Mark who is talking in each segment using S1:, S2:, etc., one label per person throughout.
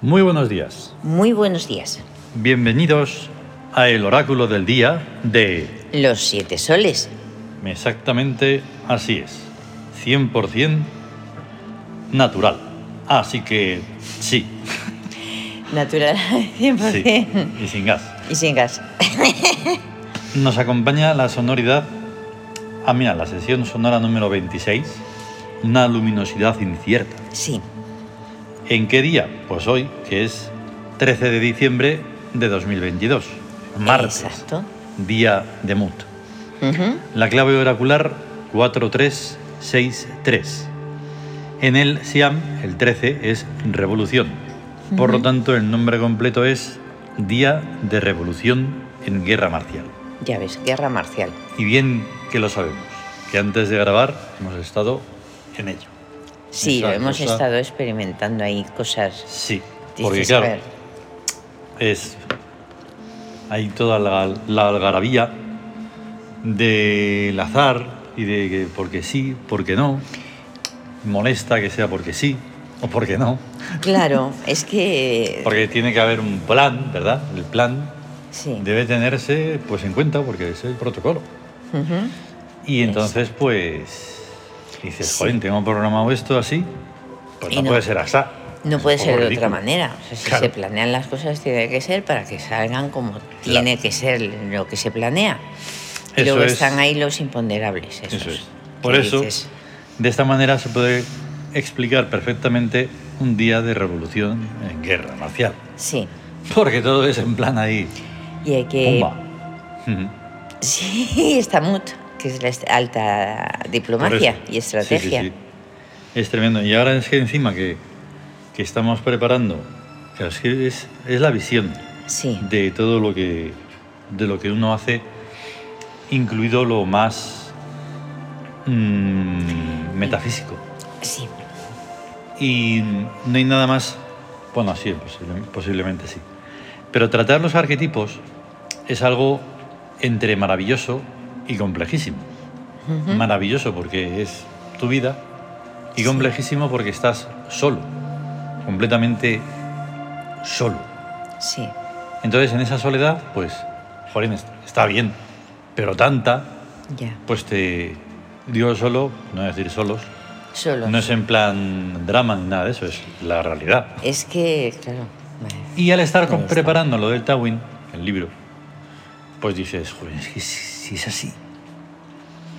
S1: Muy buenos días.
S2: Muy buenos días.
S1: Bienvenidos a el oráculo del día de...
S2: Los siete soles.
S1: Exactamente así es. 100% natural. Así que sí,
S2: Natural, 100%.
S1: sí. Y sin gas.
S2: Y sin gas.
S1: Nos acompaña la sonoridad... Ah, mira, la sesión sonora número 26. Una luminosidad incierta.
S2: Sí.
S1: ¿En qué día? Pues hoy, que es 13 de diciembre de 2022. Martes.
S2: Exacto.
S1: Día de Mut.
S2: Ujú.
S1: La clave oracular 4363. En el Siam, el 13 es revolución. Por lo tanto, el nombre completo es Día de Revolución en Guerra Marcial.
S2: Ya ves, guerra marcial.
S1: Y bien que lo sabemos, que antes de grabar hemos estado en ello.
S2: Sí,
S1: Esa
S2: hemos
S1: cosa-
S2: estado experimentando ahí cosas.
S1: Sí,
S2: Dices,
S1: porque
S2: a
S1: claro,
S2: ver,
S1: es hay toda la, la algarabía del azar y de que porque sí, porque no. Molesta que sea porque sí o porque no.
S2: Claro, es que.
S1: Porque tiene que haber un plan, ¿verdad? El plan
S2: Sí.
S1: debe tenerse pues en cuenta porque es el protocolo.
S2: Ujú.
S1: Y entonces pues dices,
S2: Sí.
S1: jolín, tengo programado esto así, pues
S2: Y
S1: no,
S2: no.
S1: puede ser así.
S2: No
S1: Es
S2: puede
S1: un
S2: ser
S1: poco
S2: de otra
S1: ridículo.
S2: manera. O sea, si
S1: Claro.
S2: se planean las cosas, tiene que ser para que salgan como tiene que ser lo que se planea. Y
S1: Eso
S2: luego
S1: es.
S2: están ahí los imponderables. Esos,
S1: Eso es.
S2: que
S1: Por eso,
S2: dices,
S1: de esta manera se puede explicar perfectamente un día de revolución en guerra marcial.
S2: Sí.
S1: Porque todo es en plan ahí.
S2: Y hay que.
S1: ¡Pumba! Eh, Ujú.
S2: Sí, está MUT, que es la est- alta
S1: Por
S2: diplomacia
S1: eso.
S2: y estrategia.
S1: Sí, sí, sí. Es tremendo. Y ahora es que encima que, que estamos preparando, claro, es, que es, es la visión
S2: Sí.
S1: de todo lo que, de lo que uno hace, incluido lo más mm, metafísico.
S2: sí.
S1: Y no hay nada más. Bueno, sí, posible- posiblemente sí. Pero tratar los arquetipos es algo entre maravilloso y complejísimo. Maravilloso porque es tu vida y
S2: Sí.
S1: complejísimo porque estás solo, completamente solo.
S2: sí.
S1: Entonces en esa soledad, pues, jolín, es- está bien, pero tanta,
S2: ya.
S1: pues te digo solo, no voy a decir solos,
S2: Solo.
S1: no es en plan drama ni nada de eso, es la realidad.
S2: Es que, claro. bueno,
S1: Y al estar con-
S2: Ahí está.
S1: preparando lo del Tawin, el libro, pues dices, joder, es que si, si es así.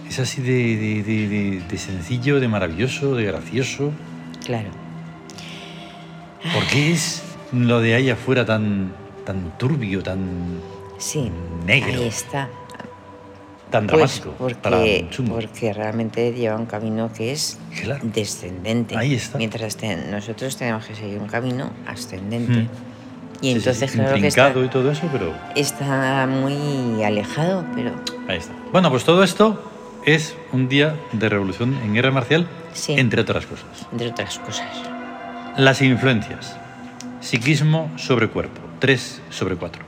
S1: Es así de, de- de- de- de sencillo, de maravilloso, de gracioso.
S2: Claro.
S1: ¿Por qué es lo de allá afuera tan, tan turbio, tan,
S2: Sí.
S1: Negro.
S2: Ahí está.
S1: tan
S2: Pues
S1: dramático?
S2: porque,
S1: tan chungo?
S2: porque realmente lleva un camino que es
S1: Claro.
S2: descendente.
S1: Ahí está.
S2: Mientras te- nosotros tenemos que seguir un camino ascendente.
S1: Mm.
S2: Y
S1: Sí, sí,
S2: entonces,
S1: sí,
S2: claro que está,
S1: intrincado y todo eso, pero
S2: está muy alejado, pero
S1: Ahí está. Bueno, pues todo esto es un día de revolución en guerra marcial,
S2: Sí.
S1: entre otras cosas.
S2: entre otras cosas.
S1: Las influencias. Psiquismo sobre cuerpo. 3 sobre 4.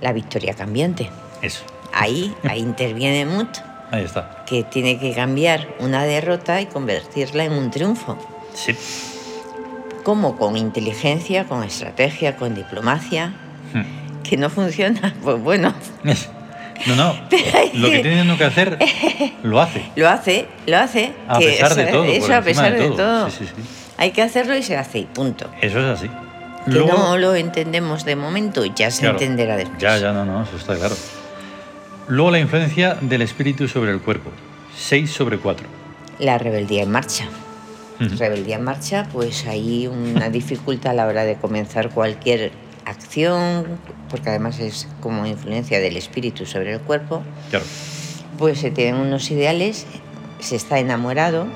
S2: La victoria cambiante.
S1: Eso.
S2: Ahí, ahí interviene Mut,
S1: Ahí está.
S2: que tiene que cambiar una derrota y convertirla en un triunfo.
S1: Sí.
S2: ¿Cómo? Con inteligencia, con estrategia, con diplomacia.
S1: Hmm.
S2: Que no funciona, pues bueno,
S1: No, no. Lo que tiene uno que hacer, lo hace.
S2: lo hace, lo hace.
S1: A
S2: que
S1: pesar de
S2: eso-
S1: todo. por
S2: Eso a
S1: encima
S2: pesar de todo.
S1: Sí, sí, sí.
S2: Hay que hacerlo y se hace y punto.
S1: Eso es así.
S2: Que no lo entendemos de momento, ya se
S1: Claro.
S2: entenderá después.
S1: Ya, ya, no, no, eso está claro. Luego la influencia del espíritu sobre el cuerpo. 6 sobre Hmm, 4.
S2: La rebeldía en marcha. Rebeldía en marcha, pues hay una dificultad a la hora de comenzar cualquier acción, porque además es como influencia del espíritu sobre el cuerpo,
S1: Claro.
S2: pues se tienen unos ideales, se está enamorado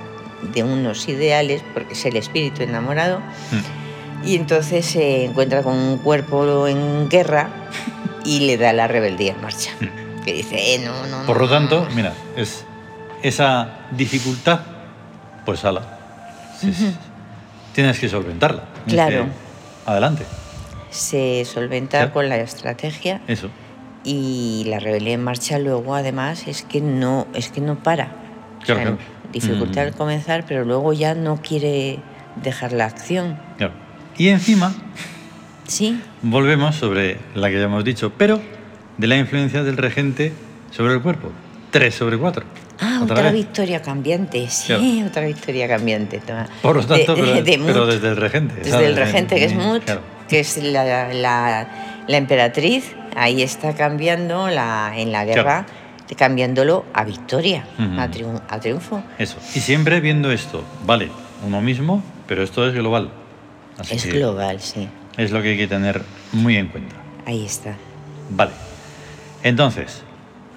S2: de unos ideales, porque es el espíritu enamorado,
S1: Hmm.
S2: y entonces se encuentra con un cuerpo en guerra y le da la rebeldía en marcha. Que dice, eh, no, no, no.
S1: Por lo tanto,
S2: no".
S1: mira, es esa dificultad, pues ala. sí, sí, sí. Tienes que solventarla. Tienes
S2: Claro.
S1: que- adelante.
S2: se solventa
S1: Claro.
S2: con la estrategia.
S1: Eso.
S2: Y la rebelión en marcha luego además es que no, es que no para.
S1: Claro,
S2: O sea,
S1: claro.
S2: Dificultad al
S1: Mm.
S2: comenzar, pero luego ya no quiere dejar la acción.
S1: Claro. Y encima,
S2: Sí,
S1: Volvemos sobre la que ya hemos dicho, pero de la influencia del regente sobre el cuerpo. 3 sobre 4.
S2: Ah, otra, victoria cambiante, sí,
S1: Claro.
S2: otra victoria cambiante. toma.
S1: Por lo
S2: De-
S1: tanto,
S2: de-
S1: pero,
S2: de Mut,
S1: pero desde el regente.
S2: desde
S1: ¿sabes?
S2: el regente, que es
S1: Mm,
S2: Mut,
S1: claro.
S2: que es la, la- la emperatriz, ahí está cambiando la, en la guerra, cambiándolo a victoria,
S1: Ujú.
S2: a, triun- a triunfo.
S1: Eso. Y siempre viendo esto, vale, uno mismo, pero esto es global. Así
S2: es
S1: que
S2: global, sí,
S1: Es lo que hay que tener muy en cuenta.
S2: ahí está.
S1: Vale. Entonces,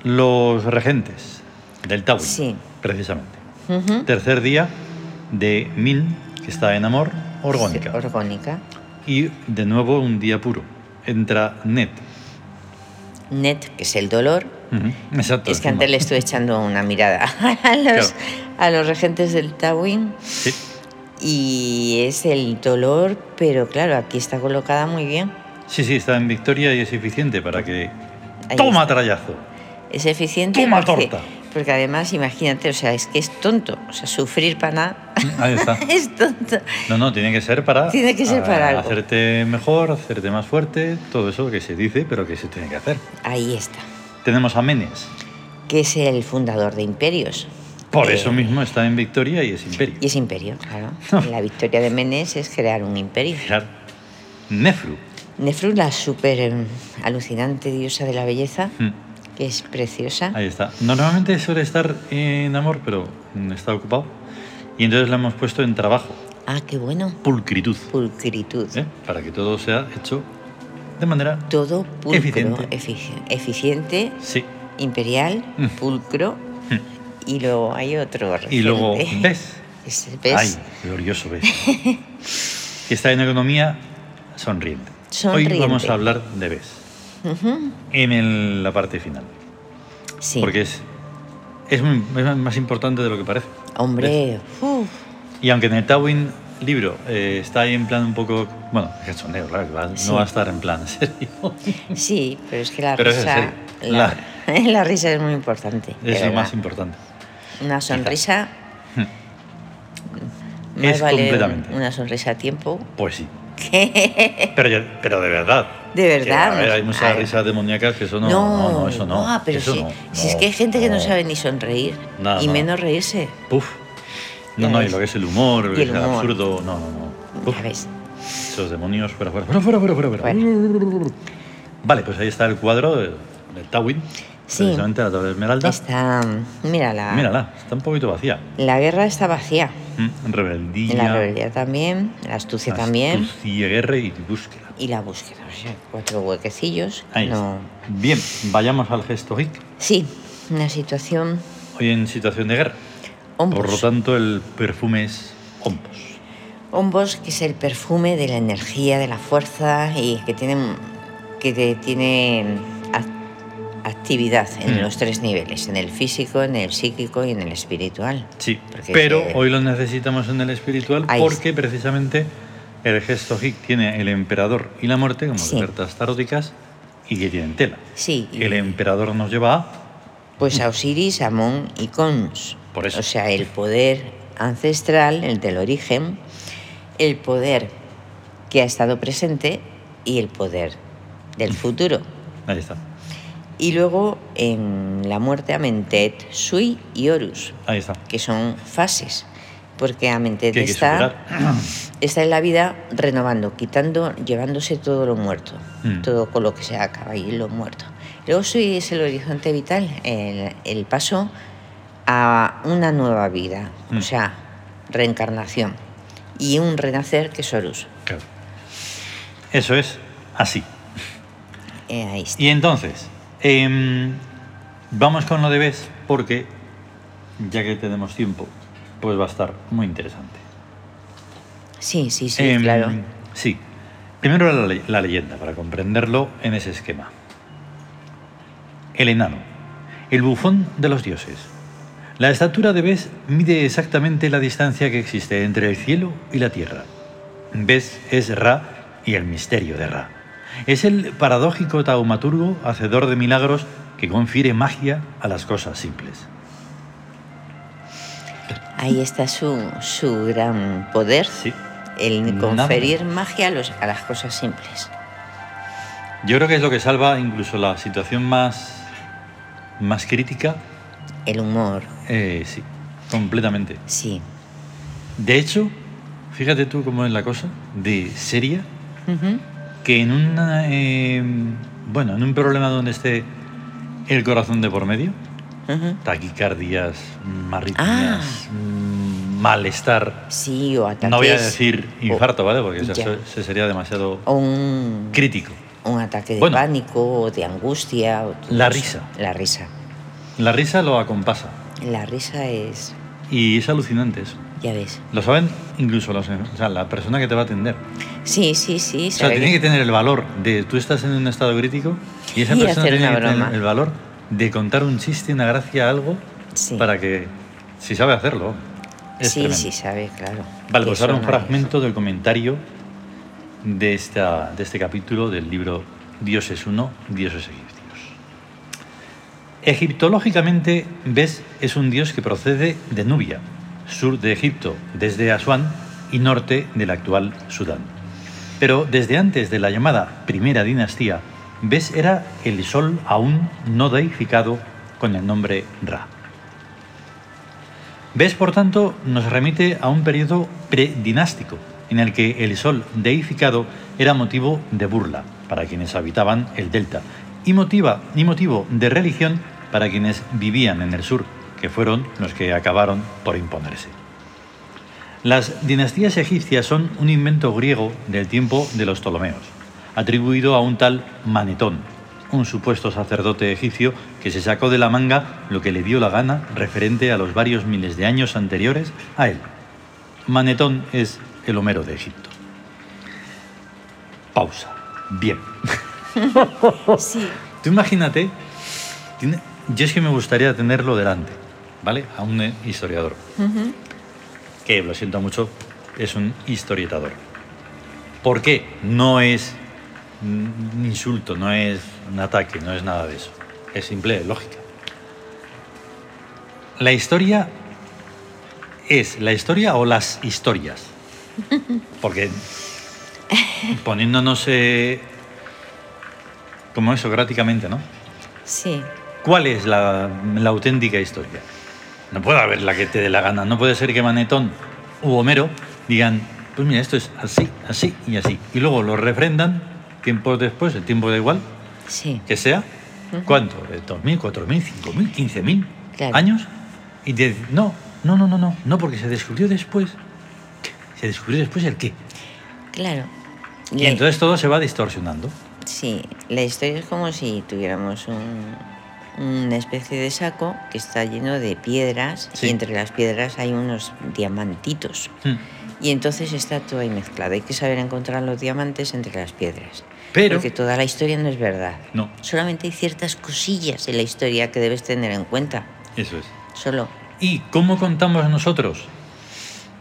S1: los regentes del Tawin,
S2: Sí.
S1: precisamente.
S2: Ujú.
S1: Tercer día de Min, que está en amor, orgónica.
S2: Sí, orgónica.
S1: y de nuevo un día puro. Entra Net.
S2: Net, que es el dolor.
S1: Ujú, Exacto.
S2: Es que
S1: encima.
S2: antes le estuve echando una mirada a los,
S1: Claro.
S2: a los regentes del Tawin.
S1: Sí,
S2: Y es el dolor, pero claro, aquí está colocada muy bien.
S1: sí, sí, está en victoria y es eficiente para que...
S2: Ahí
S1: ¡Toma,
S2: está.
S1: trayazo!
S2: Es eficiente.
S1: Toma
S2: porque,
S1: torta.
S2: porque además, imagínate, o sea, es que es tonto. O sea, sufrir para nada
S1: Mm, Ahí está.
S2: es tonto.
S1: No, no, tiene que ser para...
S2: Tiene que ser
S1: ah,
S2: para algo.
S1: Hacerte mejor, hacerte más fuerte, todo eso que se dice, pero que se tiene que hacer.
S2: Ahí está.
S1: Tenemos a Menes.
S2: Que es el fundador de imperios.
S1: Por
S2: Eh,
S1: eso mismo está en victoria y es imperio.
S2: Y es imperio, claro. La victoria de Menes es crear un imperio.
S1: Claro. Nefru.
S2: Nefru, la súper em, alucinante diosa de la belleza,
S1: Mm,
S2: que es preciosa.
S1: Ahí está. Normalmente suele estar en amor, pero mm, está ocupado. Y entonces la hemos puesto en trabajo.
S2: Ah, qué bueno.
S1: Pulcritud.
S2: Pulcritud.
S1: ¿eh? Para que todo sea hecho de manera...
S2: Todo pulcro,
S1: Eficiente.
S2: efici- eficiente,
S1: Sí.
S2: imperial,
S1: Mm.
S2: pulcro. Y luego hay otro.
S1: Y luego
S2: regente.
S1: ves.
S2: Es- ¿Ves?
S1: Ay, glorioso ves. que está en economía sonriente. Hoy
S2: Sonriente.
S1: vamos a hablar de ves. En el- la parte final.
S2: Sí.
S1: Porque es, es, muy- es más importante de lo que parece.
S2: Hombre, uf,
S1: Y aunque en el Tawin libro eh, está ahí en plan un poco. Bueno, es cachondeo, claro, que va-
S2: Sí.
S1: no va a estar en plan serio.
S2: sí, pero es que la
S1: Pero es en
S2: risa.
S1: serio.
S2: La, la risa es muy importante. de
S1: es lo
S2: verdad.
S1: más importante.
S2: Una sonrisa. más
S1: Mm. Es
S2: vale
S1: completamente.
S2: Una sonrisa a tiempo.
S1: Pues sí. Pero, ya- pero de verdad.
S2: De
S1: Que,
S2: verdad,
S1: a ver,
S2: no-
S1: hay
S2: a
S1: muchas
S2: ver.
S1: risas demoníacas que eso no. No, no, eso no.
S2: Ah, pero
S1: eso
S2: si,
S1: no,
S2: si es que hay gente que no
S1: no.
S2: sabe ni sonreír
S1: Nada,
S2: y
S1: no.
S2: menos reírse.
S1: Puf. No,
S2: Ya
S1: no, y
S2: ves.
S1: lo que es el humor, lo
S2: Y
S1: que
S2: el
S1: es el
S2: humor.
S1: absurdo. No, no, no. Puf,
S2: Ya ves.
S1: esos demonios, fuera, fuera, fuera, fuera, fuera, fuera, fuera.
S2: Bueno,
S1: Vale, pues ahí está el cuadro del, del Tawin.
S2: Sí.
S1: Precisamente la Torre de Esmeralda.
S2: está. Mírala.
S1: Mírala, está un poquito vacía.
S2: La guerra está vacía.
S1: Mm, Rebeldía.
S2: La rebeldía también, la astucia también
S1: Astucia, guerra y búsqueda.
S2: y la búsqueda. O sea, cuatro huequecillos.
S1: Ahí
S2: no.
S1: está. Bien, vayamos al gesto hic.
S2: Sí, una situación.
S1: Hoy en situación de guerra. Por lo
S2: Hombos.
S1: tanto, el perfume es hombos.
S2: Hombos, que es el perfume de la energía, de la fuerza y que tiene, que te- tiene ac- actividad en
S1: Mm.
S2: los tres niveles: en el físico, en el psíquico y en el espiritual.
S1: Sí,
S2: Porque
S1: pero
S2: es que-
S1: hoy lo necesitamos en el espiritual
S2: Ahí
S1: porque precisamente el gesto hic tiene el emperador y la muerte como
S2: Sí.
S1: cartas taróticas y que tienen tela.
S2: Sí, y-
S1: El em-, emperador nos lleva a
S2: pues a Osiris, Amón y Cons.
S1: Por eso.
S2: O sea, el poder ancestral, el del origen, el poder que ha estado presente y el poder del futuro.
S1: Ahí está.
S2: Y luego en la muerte a Mentet, Sui y Horus,
S1: Ahí está.
S2: que son fases, porque Amentet
S1: Que hay que
S2: está,
S1: superar.
S2: está en la vida renovando, quitando, llevándose todo lo muerto,
S1: Mm.
S2: todo con lo que se acaba y lo muerto. Luego Sui es el horizonte vital, el, el paso a una nueva vida,
S1: Mm.
S2: o sea, reencarnación y un renacer que es Horus.
S1: Claro. Eso es así.
S2: Eh, ahí está.
S1: Y entonces, em, vamos con lo de Bes, porque ya que tenemos tiempo, pues va a estar muy interesante.
S2: Sí, sí, sí,
S1: Em,
S2: claro.
S1: Sí. Primero la, le- la leyenda, para comprenderlo en ese esquema. El enano, el bufón de los dioses. La estatura de Bes mide exactamente la distancia que existe entre el cielo y la tierra. Bes es Ra y el misterio de Ra. Es el paradójico taumaturgo, hacedor de milagros, que confiere magia a las cosas simples.
S2: Ahí está su, su gran poder,
S1: Sí.
S2: el
S1: Nada.
S2: conferir magia a, los- a las cosas simples.
S1: Yo creo que es lo que salva incluso la situación más, más crítica.
S2: El humor,
S1: Eh, sí, completamente.
S2: sí.
S1: De hecho, fíjate tú cómo es la cosa de seria,
S2: Ujú.
S1: que en una, eh, bueno, en un problema donde esté el corazón de por medio,
S2: Ujú.
S1: taquicardias, mm, arritmias, mm, malestar.
S2: Sí, o ataques.
S1: No voy a decir
S2: o-
S1: infarto, ¿vale? Porque
S2: Oh. ya.
S1: eso, eso sería demasiado
S2: O un,
S1: crítico.
S2: un ataque de
S1: Bueno.
S2: pánico, o de angustia. o todo
S1: La
S2: eso.
S1: risa.
S2: La risa.
S1: La risa lo acompasa
S2: La risa es,
S1: y es alucinante eso.
S2: ya ves.
S1: Lo saben incluso los, o sea, la persona que te va a atender.
S2: Sí, sí, sí.
S1: O sea,
S2: sabe
S1: tiene
S2: que-
S1: que tener el valor de tú estás en un estado crítico y esa
S2: Y
S1: persona
S2: hacer
S1: tiene
S2: una
S1: que tener
S2: broma.
S1: el valor de contar un chiste, una gracia, algo
S2: Sí.
S1: para que si sabe hacerlo. Es
S2: sí,
S1: tremendo.
S2: sí, sabe, claro.
S1: Vale,
S2: Y
S1: pues
S2: eso
S1: ahora un
S2: no
S1: fragmento del comentario de, esta, de este capítulo del libro Dios es uno, Dios es egipcios. Egiptológicamente, ves, es un dios que procede de Nubia, sur de Egipto, desde Asuán y norte del actual Sudán. Pero desde antes de la llamada Primera Dinastía, ves era el sol aún no deificado con el nombre Ra. Ves, por tanto, nos remite a un periodo predinástico, en el que el sol deificado era motivo de burla para quienes habitaban el delta y, motiva, y motivo de religión para quienes vivían en el sur, que fueron los que acabaron por imponerse. Las dinastías egipcias son un invento griego del tiempo de los Ptolomeos, atribuido a un tal Manetón, un supuesto sacerdote egipcio que se sacó de la manga lo que le dio la gana referente a los varios miles de años anteriores a él. Manetón es el Homero de Egipto. Pausa. Bien.
S2: Sí.
S1: Tú imagínate, tiene- yo es que me gustaría tenerlo delante, ¿vale? A un eh, historiador
S2: Ujú.
S1: que lo siento mucho, es un historietador. ¿Por qué? No es un insulto, no es un ataque, no es nada de eso. Es simple lógica. La historia es la historia o las historias. Porque poniéndonos eh, como eso, gráficamente, ¿no?
S2: Sí.
S1: ¿Cuál es la, la auténtica historia? No puede haber la que te dé la gana. No puede ser que Manetón u Homero digan, pues mira, esto es así, así y así. Y luego lo refrendan tiempos después, el tiempo da igual,
S2: Sí,
S1: que sea, ¿cuánto? ¿De 2.000, 4.000, 5.000, 15.000
S2: Claro.
S1: años? Y te dicen, no, no, no, no, no, no, porque se descubrió después. ¿Se descubrió después el qué?
S2: claro.
S1: Y
S2: Le-
S1: entonces todo se va distorsionando.
S2: Sí, la historia es como si tuviéramos un- una especie de saco que está lleno de piedras
S1: Sí.
S2: y entre las piedras hay unos diamantitos.
S1: Hmm.
S2: Y entonces está todo ahí mezclado. Hay que saber encontrar los diamantes entre las piedras.
S1: Pero-
S2: Porque toda la historia no es verdad.
S1: No.
S2: Solamente hay ciertas cosillas en la historia que debes tener en cuenta.
S1: Eso es.
S2: Solo.
S1: ¿Y cómo contamos nosotros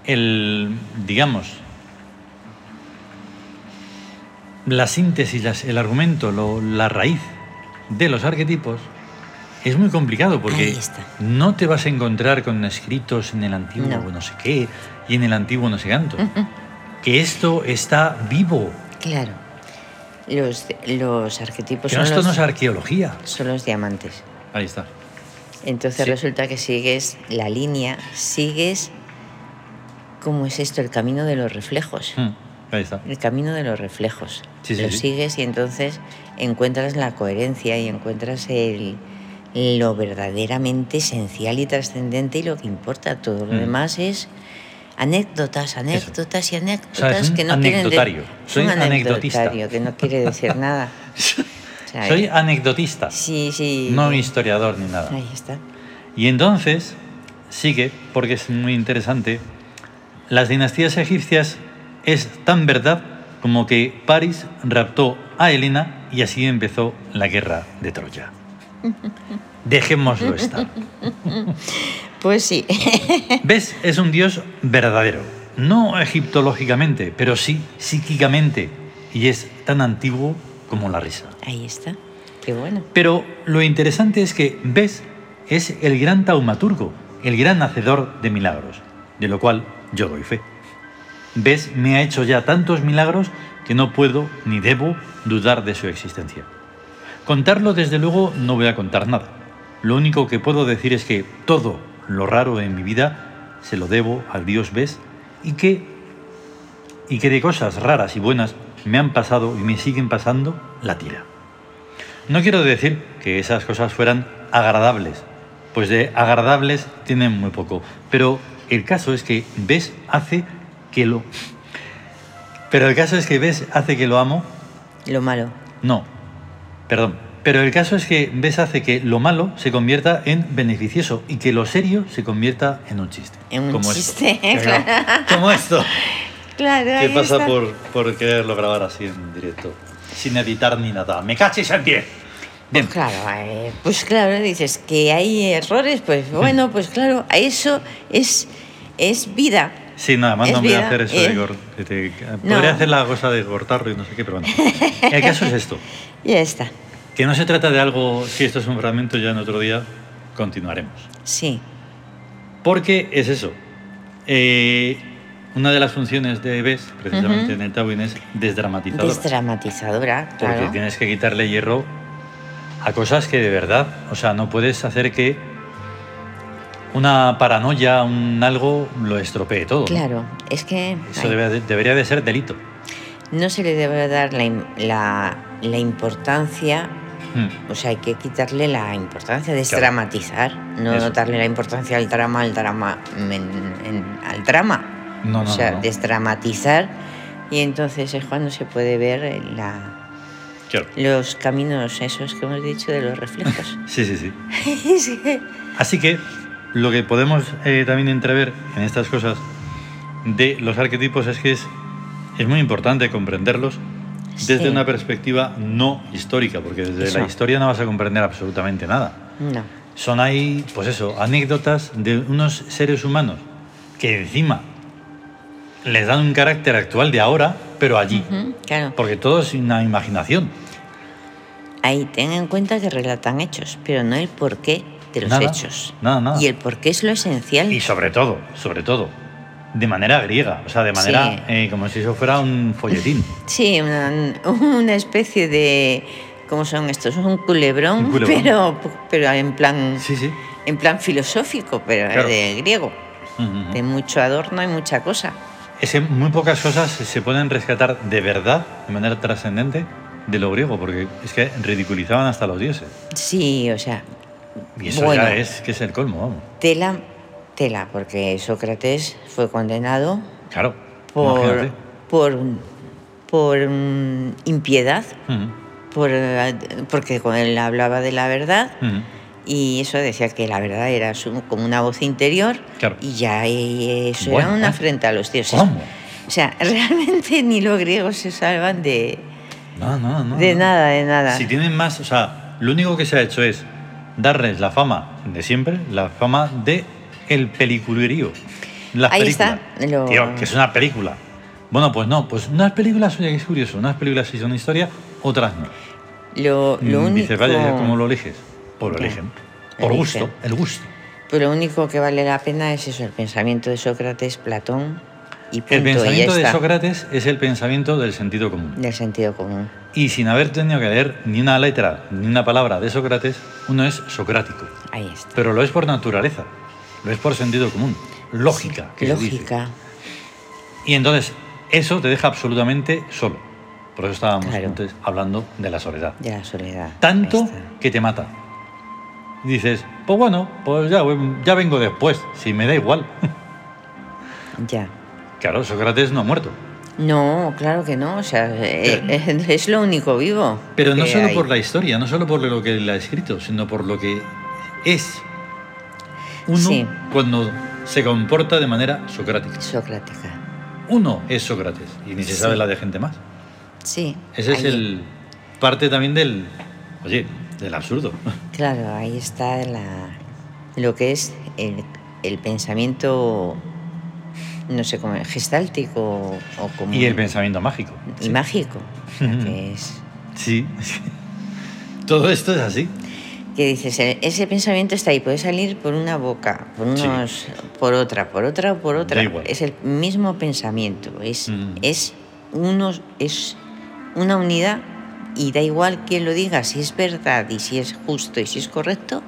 S1: el, digamos, la síntesis, las- el argumento, lo- la raíz de los arquetipos? Es muy complicado porque
S2: Ahí está.
S1: no te vas a encontrar con escritos en el antiguo
S2: No. Mm,
S1: no, sé qué y en el antiguo no sé cuánto. que esto está vivo.
S2: Claro. Los, los arquetipos
S1: que no,
S2: Pues
S1: esto
S2: son los,
S1: no es arqueología.
S2: son los diamantes.
S1: Ahí está.
S2: Entonces
S1: Sí.
S2: resulta que sigues la línea, sigues, ¿cómo es esto? El camino de los reflejos.
S1: Mm, Ahí está.
S2: El camino de los reflejos.
S1: Sí, sí,
S2: lo
S1: sí.
S2: sigues y entonces encuentras la coherencia y encuentras el, lo verdaderamente esencial y trascendente y lo que importa. Todo lo
S1: Mm.
S2: demás es anécdotas, anécdotas y
S1: O sea,
S2: anécdotas
S1: es un
S2: que no tienen... de-
S1: anecdotario.
S2: es
S1: Soy
S2: un
S1: anecdotista.
S2: anecdotario que no quiere decir nada. ¿sabes?
S1: Soy anecdotista,
S2: Sí, sí.
S1: no historiador ni nada.
S2: Ahí está.
S1: Y entonces sigue, porque es muy interesante, las dinastías egipcias es tan verdad como que París raptó a Helena y así empezó la guerra de Troya. Dejémoslo estar.
S2: Pues sí.
S1: ¿Ves? Es un dios verdadero. No egiptológicamente, pero sí psíquicamente. Y es tan antiguo como la risa.
S2: Ahí está. Qué bueno.
S1: Pero lo interesante es que Bes es el gran taumaturgo, el gran hacedor de milagros, de lo cual yo doy fe. Bes me ha hecho ya tantos milagros que no puedo ni debo dudar de su existencia. Contarlo, desde luego, no voy a contar nada. Lo único que puedo decir es que todo lo raro en mi vida se lo debo al Dios ves y que, y que de cosas raras y buenas me han pasado y me siguen pasando la tira. No quiero decir que esas cosas fueran agradables, pues de agradables tienen muy poco, pero el caso es que ves hace que lo pero el caso es que ves hace que lo amo.
S2: Lo malo.
S1: No, perdón. Pero el caso es que ves hace que lo malo se convierta en beneficioso y que lo serio se convierta en un chiste.
S2: En un chiste, ¿eh?
S1: Esto.
S2: claro.
S1: Como esto.
S2: Claro,
S1: ¿Qué pasa por, por quererlo grabar así en directo? Sin editar ni nada. ¡Me cachis en pie! Bien.
S2: Pues claro, eh, pues claro, dices que hay errores, pues bueno, pues claro, a eso es, es vida.
S1: Sí, nada más
S2: Es
S1: no me voy a
S2: vida,
S1: hacer eso
S2: eh.
S1: de cor- que te-
S2: No.
S1: Podría hacer la cosa de cortarlo y no sé qué, pero bueno. El caso es esto.
S2: Ya está,
S1: Que no se trata de algo, si esto es un fragmento, ya en otro día continuaremos.
S2: sí.
S1: Porque es eso. Eh, una de las funciones de BES, precisamente en el Tawin, es desdramatizador.
S2: Desdramatizadora,
S1: porque
S2: claro.
S1: tienes que quitarle hierro a cosas que de verdad, o sea, no puedes hacer que una paranoia, un algo, lo estropee todo. ¿no?
S2: Claro, es que
S1: Eso
S2: ay,
S1: debe de- debería de ser delito.
S2: no se le debe dar la, im- la- la importancia,
S1: Mm.
S2: o sea, hay que quitarle la importancia, desdramatizar, no
S1: Eso.
S2: darle la importancia al drama, al drama, mm, en- en- al drama.
S1: No, no,
S2: o sea,
S1: no, no.
S2: desdramatizar y entonces es cuando se puede ver la-
S1: Claro.
S2: los caminos esos que hemos dicho de los reflejos.
S1: Sí, sí, sí.
S2: Es que-
S1: Así que lo que podemos eh, también entrever en estas cosas de los arquetipos es que es, es muy importante comprenderlos desde
S2: Sí.
S1: una perspectiva no histórica, porque desde la
S2: Eso.
S1: historia no vas a comprender absolutamente nada.
S2: no,
S1: Son ahí, pues eso, anécdotas de unos seres humanos que encima les dan un carácter actual de ahora, pero allí.
S2: ¿Mm? claro.
S1: Porque todo es una imaginación.
S2: Ahí ten en cuenta que relatan hechos, pero no el porqué de los
S1: Nada,
S2: hechos.
S1: nada, nada.
S2: Y el porqué es lo esencial.
S1: Y sobre todo, sobre todo, de manera griega, o sea, de manera
S2: Sí.
S1: eh, como si eso fuera un folletín.
S2: Sí, una, una especie de ¿cómo son estos? Un culebrón,
S1: Un culebrón.
S2: pero pero en plan
S1: Sí, sí.
S2: en plan filosófico, pero
S1: Claro.
S2: de griego,
S1: Ujú.
S2: de mucho adorno y mucha cosa.
S1: Mm, Es que muy pocas cosas se pueden rescatar de verdad, de manera trascendente, de lo griego, porque es que ridiculizaban hasta los dioses.
S2: Sí, o sea,
S1: Y eso
S2: Bueno.
S1: ya es que es el colmo, vamos.
S2: Tela, tela, porque Sócrates fue condenado
S1: Claro.
S2: por,
S1: imagínate.
S2: por, por mm, impiedad,
S1: Ujú,
S2: por, eh, porque con él hablaba de la verdad
S1: ujú.
S2: y eso decía que la verdad era su- como una voz interior
S1: Claro.
S2: y ya eh, eso
S1: Bueno,
S2: era una
S1: ¿eh?
S2: afrenta a los dioses.
S1: ¿Cómo?
S2: O sea, realmente ni los griegos se salvan de,
S1: No, no, no.
S2: de
S1: no.
S2: nada, de nada.
S1: Si tienen más, o sea, lo único que se ha hecho es darles la fama de siempre, la fama de el peliculerío. Las
S2: Ahí
S1: películas.
S2: está, lo-
S1: Tío, que es una película. Bueno, pues no, pues unas películas, oye, que es curioso, unas películas sí son historia, otras no.
S2: Lo, lo
S1: Mm,
S2: único...
S1: Dices, vaya, ¿cómo lo eliges? Pues lo
S2: Ya,
S1: eligen. Por
S2: eligen.
S1: gusto, el gusto.
S2: Pero lo único que vale la pena es eso, el pensamiento de Sócrates, Platón y punto.
S1: El pensamiento
S2: y ya
S1: de
S2: está.
S1: Sócrates es el pensamiento del sentido común.
S2: Del sentido común.
S1: Y sin haber tenido que leer ni una letra ni una palabra de Sócrates, uno es socrático.
S2: Ahí está.
S1: Pero lo es por naturaleza, lo es por sentido común, lógica. Que se dice.
S2: Lógica.
S1: Y entonces eso te deja absolutamente solo. Por eso estábamos
S2: Claro. Este.
S1: antes hablando de la soledad.
S2: De la soledad. Ahí
S1: Tanto
S2: está.
S1: que te mata. Y dices, pues bueno, pues ya, voy- ya vengo después, si me da igual.
S2: Ya.
S1: claro, Sócrates no ha muerto.
S2: No, claro que no. O sea, eh, eh, es lo único vivo.
S1: Pero no
S2: que
S1: solo
S2: hay.
S1: por la historia, no solo por lo que él ha escrito, sino por lo que es uno
S2: Sí.
S1: cuando se comporta de manera socrática.
S2: Socrática.
S1: Uno es Sócrates y ni se
S2: Sí.
S1: sabe la de gente más.
S2: Sí.
S1: Ese es
S2: ahí-
S1: el parte también del, oye, del absurdo.
S2: Claro, ahí está la, lo que es el, el pensamiento, no sé cómo, gestáltico o, o como...
S1: Y el pensamiento mágico.
S2: y mágico. o sea,
S1: Ujú.
S2: que es...
S1: Sí. Todo esto es así.
S2: que dices, "E- ese pensamiento está ahí, puede salir por una boca, por
S1: Sí.
S2: unos, por otra, por otra o por otra.
S1: igual.
S2: Es el mismo pensamiento, es,
S1: Mm.
S2: es uno es una unidad y da igual quién lo diga, si es verdad y si es justo y si es correcto,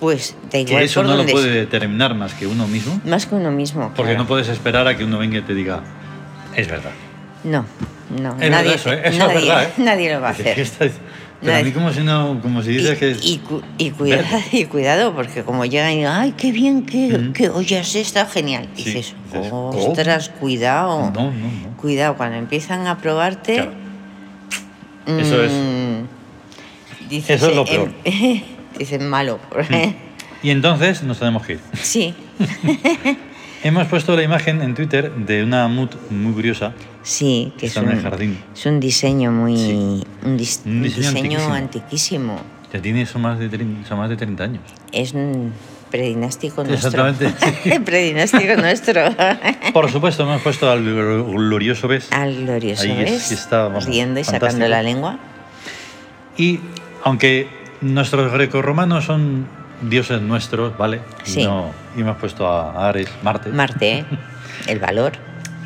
S2: pues da igual.
S1: Mm. Que eso
S2: por
S1: no lo
S2: dónde
S1: puede determinar más que uno mismo,
S2: es. Más que uno mismo.
S1: porque
S2: claro.
S1: no puedes esperar a que uno venga y te diga, es verdad.
S2: No, no.
S1: Es
S2: nadie,
S1: verdad eso, ¿eh? Eso es
S2: nadie,
S1: verdad, ¿eh?
S2: nadie lo va a
S1: Dices,
S2: hacer.
S1: "¿Qué estás diciendo?". Pero a mí
S2: Nadie.
S1: como si, no, como si dices
S2: Y,
S1: que...
S2: y cu- y cuidado, y cuidado, porque como llegan y ay, qué bien, que,
S1: Ujú.
S2: que hoy has estado genial.
S1: Sí,
S2: dices,
S1: dices, "Oh".
S2: ostras, cuidado.
S1: No, no, no.
S2: Cuidado, cuando empiezan a probarte.
S1: Claro. Eso es.
S2: mm, dices,
S1: Eso es lo
S2: eh,
S1: peor. Mm.
S2: em, dicen malo.
S1: Y entonces nos tenemos que ir.
S2: sí,
S1: Hemos puesto la imagen en Twitter de una mut muy curiosa.
S2: sí, que es
S1: Está en el
S2: un,
S1: jardín.
S2: es un diseño muy.
S1: Sí.
S2: Un, dis-
S1: Un
S2: un
S1: diseño
S2: diseño,
S1: antiquísimo.
S2: antiquísimo.
S1: Ya tiene eso más de, trein- eso más de 30 años.
S2: Es un predinástico nuestro.
S1: Exactamente.
S2: predinástico nuestro.
S1: Por supuesto, hemos puesto al glor- glorioso Bes.
S2: Al glorioso,
S1: Ahí es,
S2: ¿ves?
S1: que está, vamos,
S2: Riendo y
S1: fantástico.
S2: sacando la lengua.
S1: Y aunque nuestros grecorromanos son dioses nuestros, ¿vale?
S2: Sí.
S1: No- y hemos puesto a Ares, Marte.
S2: Marte, ¿eh? el valor.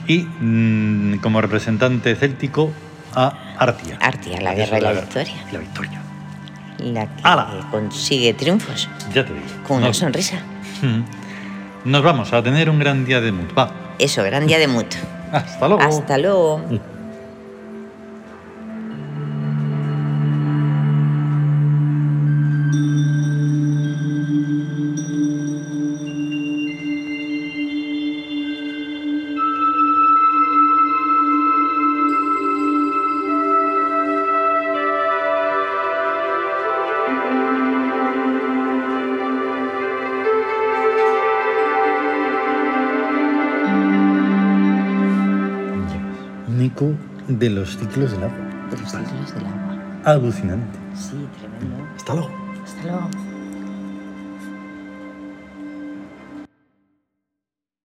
S1: y mm, como representante céltico a Artia.
S2: Artia, la guerra y la victoria.
S1: La victoria.
S2: La que
S1: Ala.
S2: consigue triunfos
S1: Ya te digo.
S2: con una
S1: Nos-
S2: sonrisa.
S1: Mm. Nos vamos a tener un gran día de Mut. Va.
S2: Eso, gran día de Mut.
S1: Hasta luego.
S2: Hasta luego.
S1: Nico de los ciclos del agua.
S2: Los siglos del agua.
S1: Alucinante.
S2: Sí, tremendo.
S1: Hasta luego.
S2: Hasta luego.